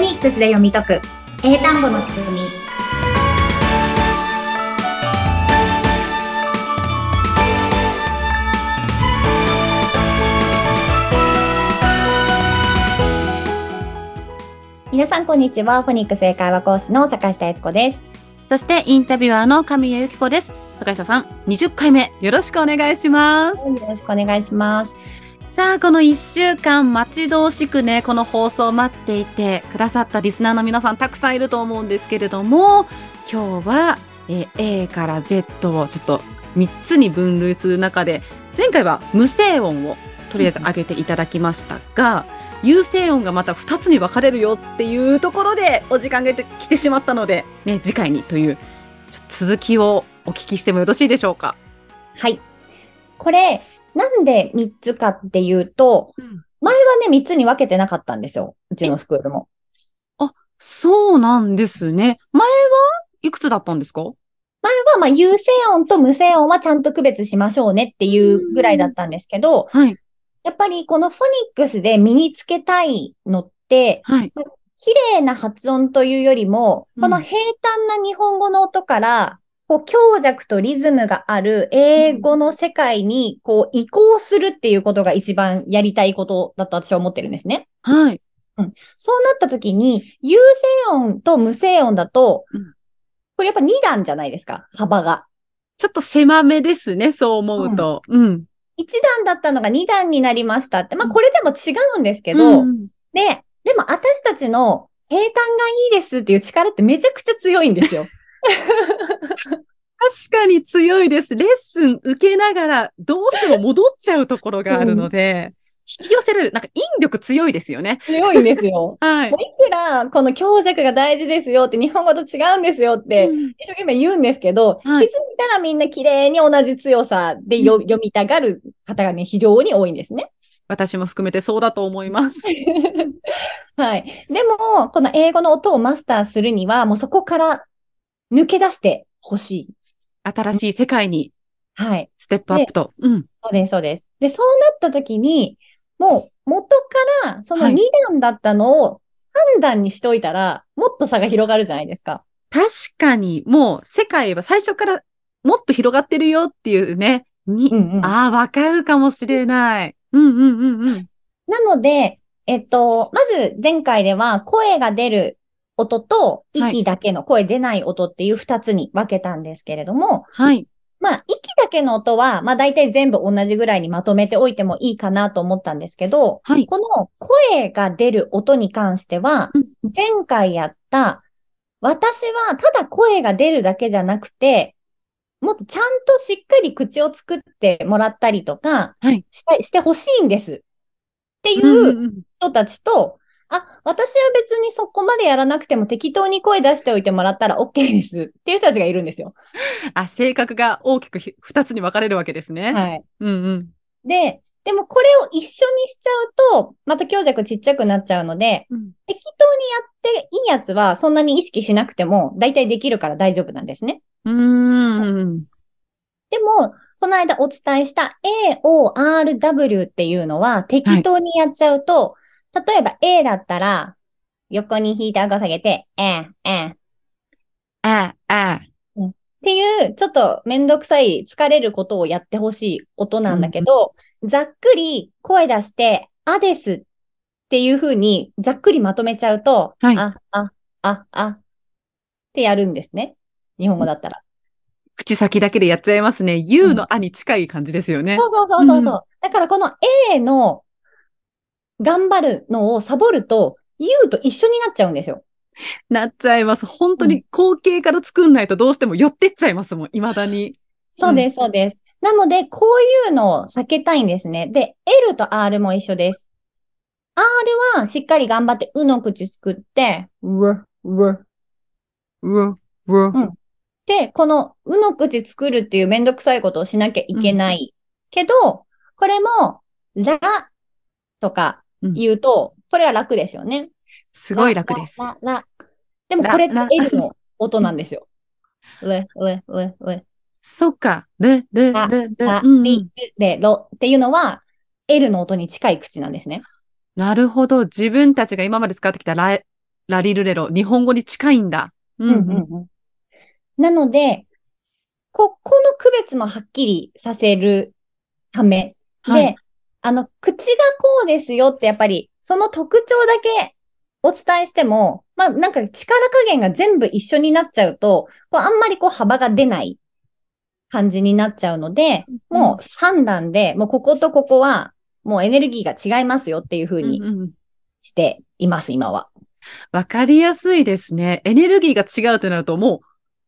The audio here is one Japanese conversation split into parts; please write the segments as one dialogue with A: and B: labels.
A: ニックスで読み解く英単語の仕組み皆さんこんにちはフォニックス英会話講師の坂下悦子です
B: そしてインタビュアーの神谷由紀子です。坂下さん、20回目よろしくお願いします。
A: よろしくお願いします
B: さあ、この1週間待ち遠しくね、この放送を待っていてくださったリスナーの皆さんたくさんいると思うんですけれども、今日は、えー A から Z をちょっと3つに分類する中で、前回は無声音をとりあえず上げていただきましたが、有声音がまた2つに分かれるよっていうところでお時間が来てしまったので、ね、次回にというちょっと続きをお聞きしてもよろしいでしょうか。
A: はいこれなんで3つかっていうと前はね3つに分けてなかったんですようちのスクールも
B: そうなんですね。前はいくつだったんですか
A: 前はまあ有声音と無声音はちゃんと区別しましょうねっていうぐらいだったんですけど、
B: はい。
A: やっぱりこのフォニックスで身につけたいのって、
B: はい。
A: 綺麗な発音というよりも、
B: うん
A: この平坦な日本語の音から、こう強弱とリズムがある英語の世界にこう移行するっていうことが一番やりたいことだと私は思ってるんですね。
B: はい。
A: そうなった時に、有声音と無声音だと
B: うん、
A: これやっぱ2段じゃないですか、幅が。
B: ちょっと狭めですね、そう思うと。うん。
A: 1段だったのが2段になりましたって、まあ
B: うん
A: これでも違うんですけ
B: け
A: ど、で、でも私たちの平坦がいいですっていう力ってめちゃくちゃ強いんですよ。
B: 確かに強いです。レッスン受けながら、どうしても戻っちゃうところがあるので、引き寄せられる、なんか引力強いですよね。
A: 強いんですよ。
B: はい
A: い。くらこの強弱が大事ですよって日本語と違うんですよって
B: うん
A: 一生懸命言うんですけど、
B: は
A: 気
B: い
A: づいたらみんな綺麗に同じ強さでよ
B: うん
A: 読みたがる方がね非常に多いんですね。
B: 私も含めてそうだと思います。
A: はい。でも、この英語の音をマスターするには、もうそこから抜け出してほしい。
B: 新しい世界に
A: はい。
B: ステップアップと。うん。
A: そうです、そうです。で、そうなった時に、もう元からその
B: はい
A: 2段だったのを3段にしといたら、もっと差が広がるじゃないですか。
B: 確かに、もう世界は最初からもっと広がってるよっていうね。に、
A: んうん
B: ああ、わかるかもしれない。うんうんうんうん。
A: なので、えっと、まず前回では声が出る音と
B: はい
A: 息だけの声出ない音っていう2つに分けたんですけれども、
B: はい。
A: まあ、息だけの音は、まあ大体全部同じぐらいにまとめておいてもいいかなと思ったんですけど、
B: はい。
A: この声が出る音に関しては
B: うん、
A: 前回やった、私はただ声が出るだけじゃなくて、もっとちゃんとしっかり口を作ってもらったりとか
B: はい
A: した、してほしいんです。ってい
B: うん
A: う
B: うんうん
A: 人たちと、あ、私は別にそこまでやらなくても適当に声出しておいてもらったら OK ですっていう人たちがいるんですよ。
B: あ、性格が大きくひ二つに分かれるわけですね。
A: はい。
B: うんうん。
A: で、でもこれを一緒にしちゃうと、また強弱ちっちゃくなっちゃうので、
B: うん
A: 適当にやっていいやつはそんなに意識しなくても大体できるから大丈夫なんですね。
B: うーん。
A: でも、この間お伝えした AORW っていうのは適当にやっちゃうと、例えば A だったら横に引いて顎下げて、ええ、ええっ
B: あ、あ。
A: ていうちょっとめんどくさい疲れることをやってほしい音なんだけど、ざっくり声出して、あですっていう風にざっくりまとめちゃうと、
B: はい
A: あ、あ、あ、あってやるんですね。日本語だったら。
B: 口先だけでやっちゃいますね。U のあに近い感じですよね。
A: そうそうそうそうそう、
B: う
A: だからこの A の頑張るのをサボると、U と一緒になっちゃうんですよ。
B: なっちゃいます。本当に後継から作んないとどうしても寄ってっちゃいますもん。未だに。
A: そうです、そうです。なので、こういうのを避けたいんですね。で、L と R も一緒です。R はしっかり頑張って、うの口作って、うわ、うわ。
B: うわ、うわ。
A: で、このうの口作るっていうめんどくさいことをしなきゃいけない。けど、これも、らとか言うと、これは楽ですよね。
B: すごい楽です。
A: ラララでも
B: ラ
A: これって
B: ラ
A: L の音なんです よ。レ、レ、レ、レ、
B: そっか。で、で、
A: あ
B: で、で。
A: ラ、
B: うん
A: リ、レ、ロっていうのは L の音に近い口なんですね。
B: なるほど。自分たちが今まで使ってきたラ、ラリルレロ、日本語に近いんだ。う
A: うんんうんうんなので、こ、この区別もはっきりさせるためで、
B: はい
A: あの、口がこうですよってやっぱり、その特徴だけお伝えしても、まあなんか力加減が全部一緒になっちゃうと、こうあんまりこう幅が出ない感じになっちゃうので、もう3段で、もうこことここは、もうエネルギーが違いますよっていう風
B: うん
A: に
B: うん
A: しています、今は。
B: わかりやすいですね。エネルギーが違うってなると、もう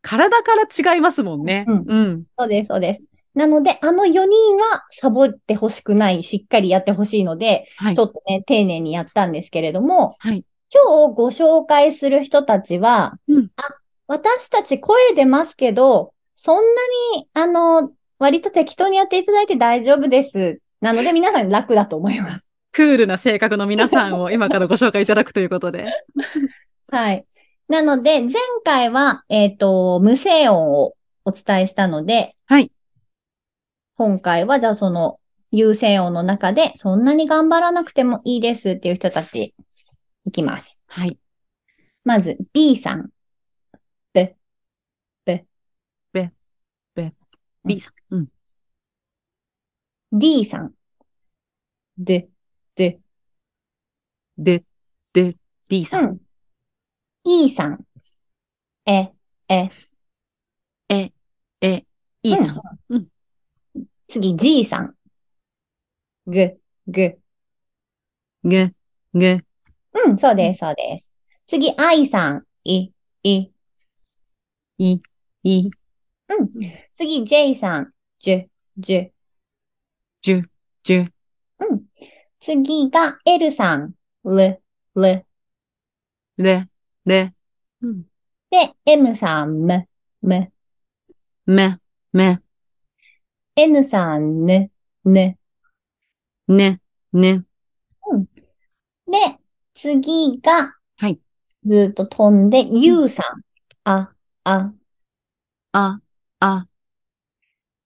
B: 体から違いますもんね。
A: うん
B: うん。
A: そうです、そうです。なので、あの4人はサボってほしくない、しっかりやってほしいので、
B: はい
A: ちょっとね、丁寧にやったんですけれども、
B: はい
A: 今日ご紹介する人たちは、
B: うん
A: あ、私たち声出ますけど、そんなに、あの、割と適当にやっていただいて大丈夫です。なので、皆さん楽だと思います。
B: クールな性格の皆さんを今からご紹介いただくということ で。
A: はい。なので、前回は、えっ、と、無声音をお伝えしたので、
B: はい。
A: 今回は、じゃあその、有声音の中で、そんなに頑張らなくてもいいですっていう人たち、いきます。
B: はい。
A: まず、B さん。べ、べ、
B: べ、べ、B さんうん。
A: D さん。で、で、
B: で、で、B さん。
A: ん。E さん。え、
B: え、E さん。うん
A: 次、G さん。ぐ、ぐ。
B: げ、げ、
A: うん、そうです、そうです。次、愛さん。い、い。
B: い、い、
A: うん。次、J さん。じゅ、じゅ。
B: じゅ、じゅ、
A: うん。次が L さん。る、る。
B: れ、れ、うん
A: で、M さん。む、む。
B: め、め、
A: N さん。ぬ、ぬ。
B: ね、ね、
A: で、次が、
B: はい。
A: ずっと飛んで、U さん。あ、あ。
B: あ、あ、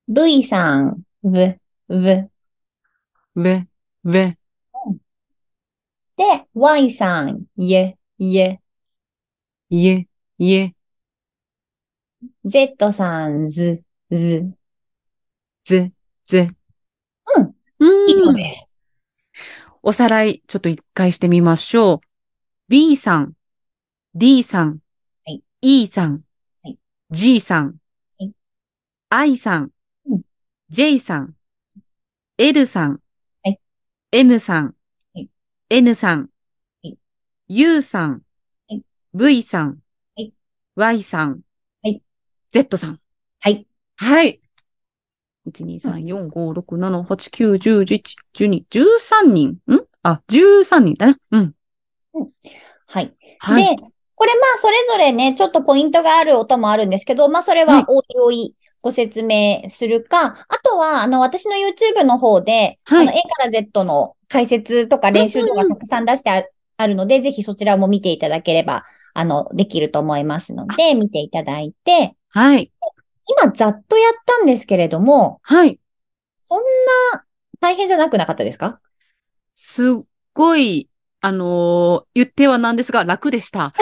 A: V さん。ぶ、ぶ。
B: べ、べ、
A: で、Y さん。ゆ、ゆ。
B: いえ、いえ、
A: Z さん。ず、ず。
B: ぜ、ぜ。
A: うん。
B: うん。
A: 以上です。
B: おさらい、ちょっと一回してみましょう。B さん、D さん、
A: はい
B: E さん、
A: はい
B: G さん、
A: はい
B: I さん、
A: うん
B: J さん、L さん、
A: はい
B: M さん、
A: はい
B: N さん、
A: はい
B: U さん、
A: はい
B: V さん、
A: はい
B: Y さん、
A: はい
B: Z さん。
A: はい。
B: はい。1、2、3、4、5、6、7、8、9、10、11、12、13人。んあ、13人だね。うん。
A: はい。
B: はい。
A: で、これまあ、それぞれね、ちょっとポイントがある音もあるんですけど、まあ、それ
B: はい
A: はおいおいご説明するか、あとは、あの、私の YouTube の方で、
B: はい
A: あの、A から Z の解説とか練習動画たくさん出してああるので、ぜひそちらも見ていただければ、あの、できると思いますので、見ていただいて、
B: はい。
A: 今、ざっとやったんですけれども、
B: はい。
A: そんな大変じゃなくなかったですか
B: すっごい、あのー言ってはなんですが、楽でした。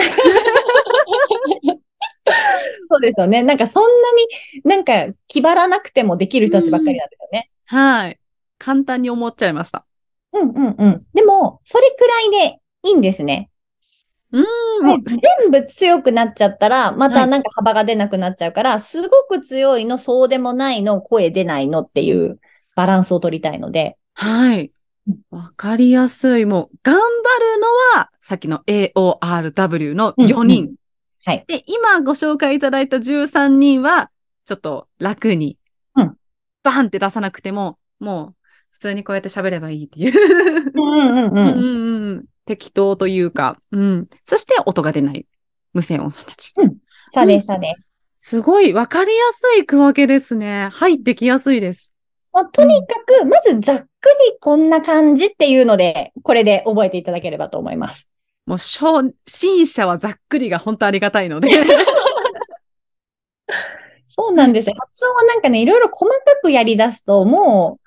A: そうですよね。なんかそんなに、なんか気張らなくてもできる人たちばっかりなんですよね。
B: はい。簡単に思っちゃいました。
A: うんうんうん。でも、それくらいでいいんですね。
B: うん、も
A: もう
B: う、
A: 全部強くなっちゃったら、ま
B: は
A: た
B: い
A: なんか幅が出なくなっちゃうから、すごく強いの、そうでもないの、声出ないのっていうバランスを取りたいので。
B: はい。わかりやすい。もう、頑張るのは、さっきの AORW の4人。
A: うんうんはい。
B: で、今ご紹介いただいた13人は、ちょっと楽に、
A: うん
B: バンって出さなくても、もう普通にこうやって喋ればいいっていう。
A: うんうんう
B: うん
A: ん。
B: うんうん適当というか、うん。そして音が出ない無線音さんたち。
A: そうです、そうです。
B: すごいわかりやすい区分けですね。入ってきやすいです。
A: もうとにかく、まずざっくりこんな感じっていうので、これで覚えていただければと思います。
B: もう初心者はざっくりが本当ありがたいので。
A: そうなんですよ。発音はなんかね、いろいろ細かくやり出すと、も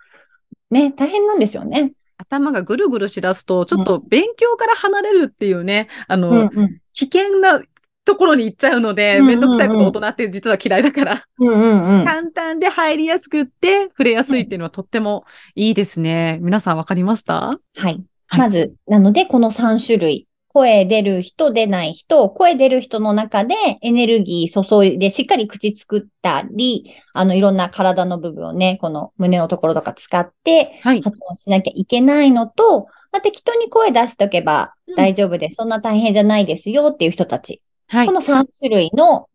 A: う、ね、大変なんですよね。
B: 頭がぐるぐるしだすと、ちょっと勉強から離れるっていうね、あの、
A: うん。
B: 危険なところに行っちゃうので、
A: うんうん
B: め
A: うん
B: んどくさいこと大人って実は嫌いだから、
A: うんうんうん。
B: 簡単で入りやすくって、触れやすいっていうのはとってもいいですね。皆さんわかりました
A: はい。
B: はい
A: まず、なので、この3種類。声出る人、出ない人、声出る人の中でエネルギー注いで、しっかり口作ったり、あの、いろんな体の部分をね、この胸のところとか使って、
B: はい。
A: 発音しなきゃいけないのと、まあ、適当に声出しとけば
B: うん
A: 大丈夫です。そんな大変じゃないですよっていう人たち。
B: はい
A: こ。の3種類の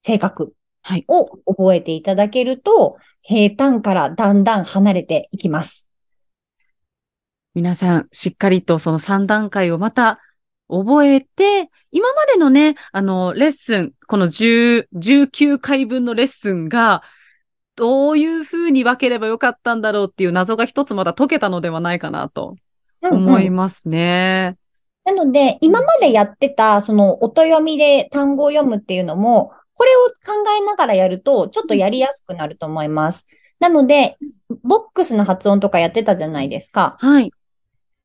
A: 性格
B: はい
A: を覚えていただけると、平坦からだんだん離れていきます。
B: 皆さん、しっかりとその3段階をまた覚えて、今までのね、あの、レッスン、この10 19回分のレッスンが、どういう風に分ければよかったんだろうっていう謎が一つまだ解けたのではないかなと
A: うんう
B: 思
A: ん
B: いますね。
A: なので、今までやってた、その、音読みで単語を読むっていうのも、これを考えながらやると、ちょっとやりやすくなると思います。なので、ボックスの発音とかやってたじゃないですか。
B: はい。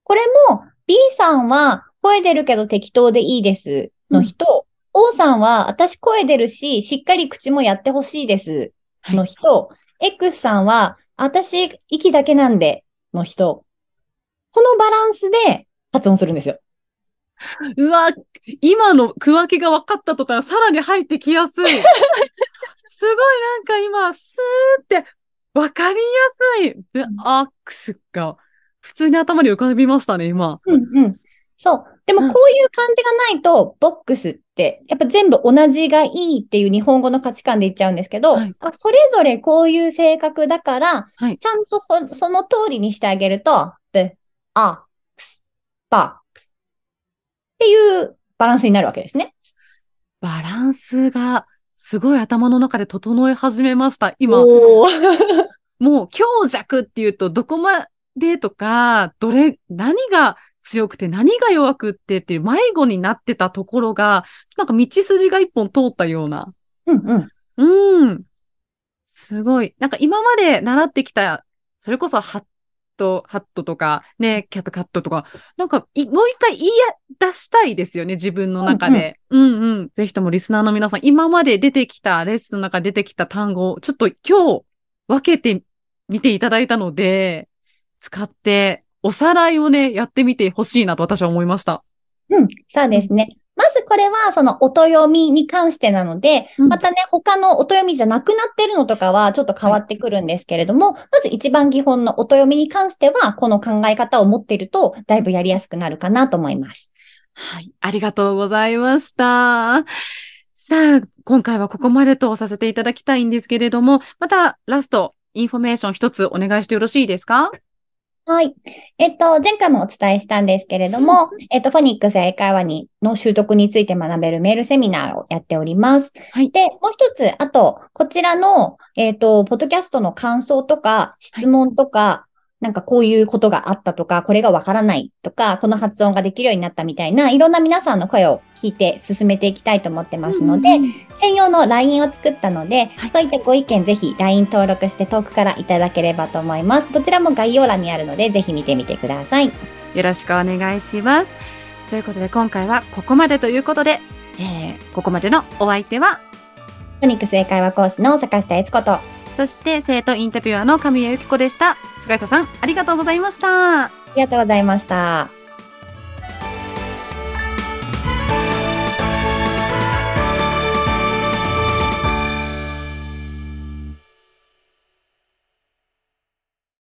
A: これも、B さんは、声出るけど適当でいいですの人、O さんは、私声出るし、しっかり口もやってほしいですの人、X さんは、私息だけなんでの人、このバランスで発音するんですよ。
B: うわ、今の区分けが分かった途端、さらに入ってきやすい。すごいなんか今、スーって分かりやすい。ブアックスが、普通に頭に浮かびましたね、今。
A: うんうん。そう。でも
B: うん
A: こういう感じがないと、ボックスって、やっぱ全部同じがいいっていう日本語の価値観で言っちゃうんですけど、
B: はい
A: あそれぞれこういう性格だから、
B: はい
A: ちゃんとそその通りにしてあげると、ブ、ア、クス、バ、クスっていうバランスになるわけですね。
B: バランスが、すごい頭の中で整え始めました。今、
A: おー
B: もう強弱っていうと、どこまでとか、どれ、何が強くて何が弱くってっていう迷子になってたところが、なんか道筋が一本通ったような。
A: うんうん。
B: うん。すごい。なんか今まで習ってきた、それこそハット、ハットとか、ね、キャットカットとか、なんかい、もう一回言い出したいですよね、自分の中で。うんうん。ぜひともリスナーの皆さん、今まで出てきた、レッスンの中で出てきた単語を、ちょっと今日分けてみていただいたので、使って、おさらいをね、やってみてほしいなと私は思いました。
A: うん、そうですね。まずこれは、その音読みに関してなので、
B: うん
A: またね、他の音読みじゃなくなってるのとかはちょっと変わってくるんですけれども、まず一番基本の音読みに関しては、この考え方を持っていると、だいぶやりやすくなるかなと思います。
B: はい。ありがとうございました。さあ、今回はここまでとさせていただきたいんですけれども、またラスト、インフォメーション一つお願いしてよろしいですか
A: はい。えっと、前回もお伝えしたんですけれども、えっと、フォニックス英会話にの習得について学べるメールセミナーをやっております。
B: はい
A: で、もう一つ、あと、こちらの、えっと、ポッドキャストの感想とか、質問とか、なんかこういうことがあったとか、これがわからないとか、この発音ができるようになったみたいな、いろんな皆さんの声を聞いて進めていきたいと思ってますので、専用の LINE を作ったので、
B: はい
A: そういったご意見ぜひ LINE 登録して遠くからいただければと思います。どちらも概要欄にあるので、ぜひ見てみてください。
B: よろしくお願いします。ということで、今回はここまでということで、えーここまでのお相手は、
A: トニックス英会話講師の坂下悦子と、あ
B: そして生徒インタビュアーの神谷由紀子でした。菅井さん、ありがとうございました。
A: りがとうございました。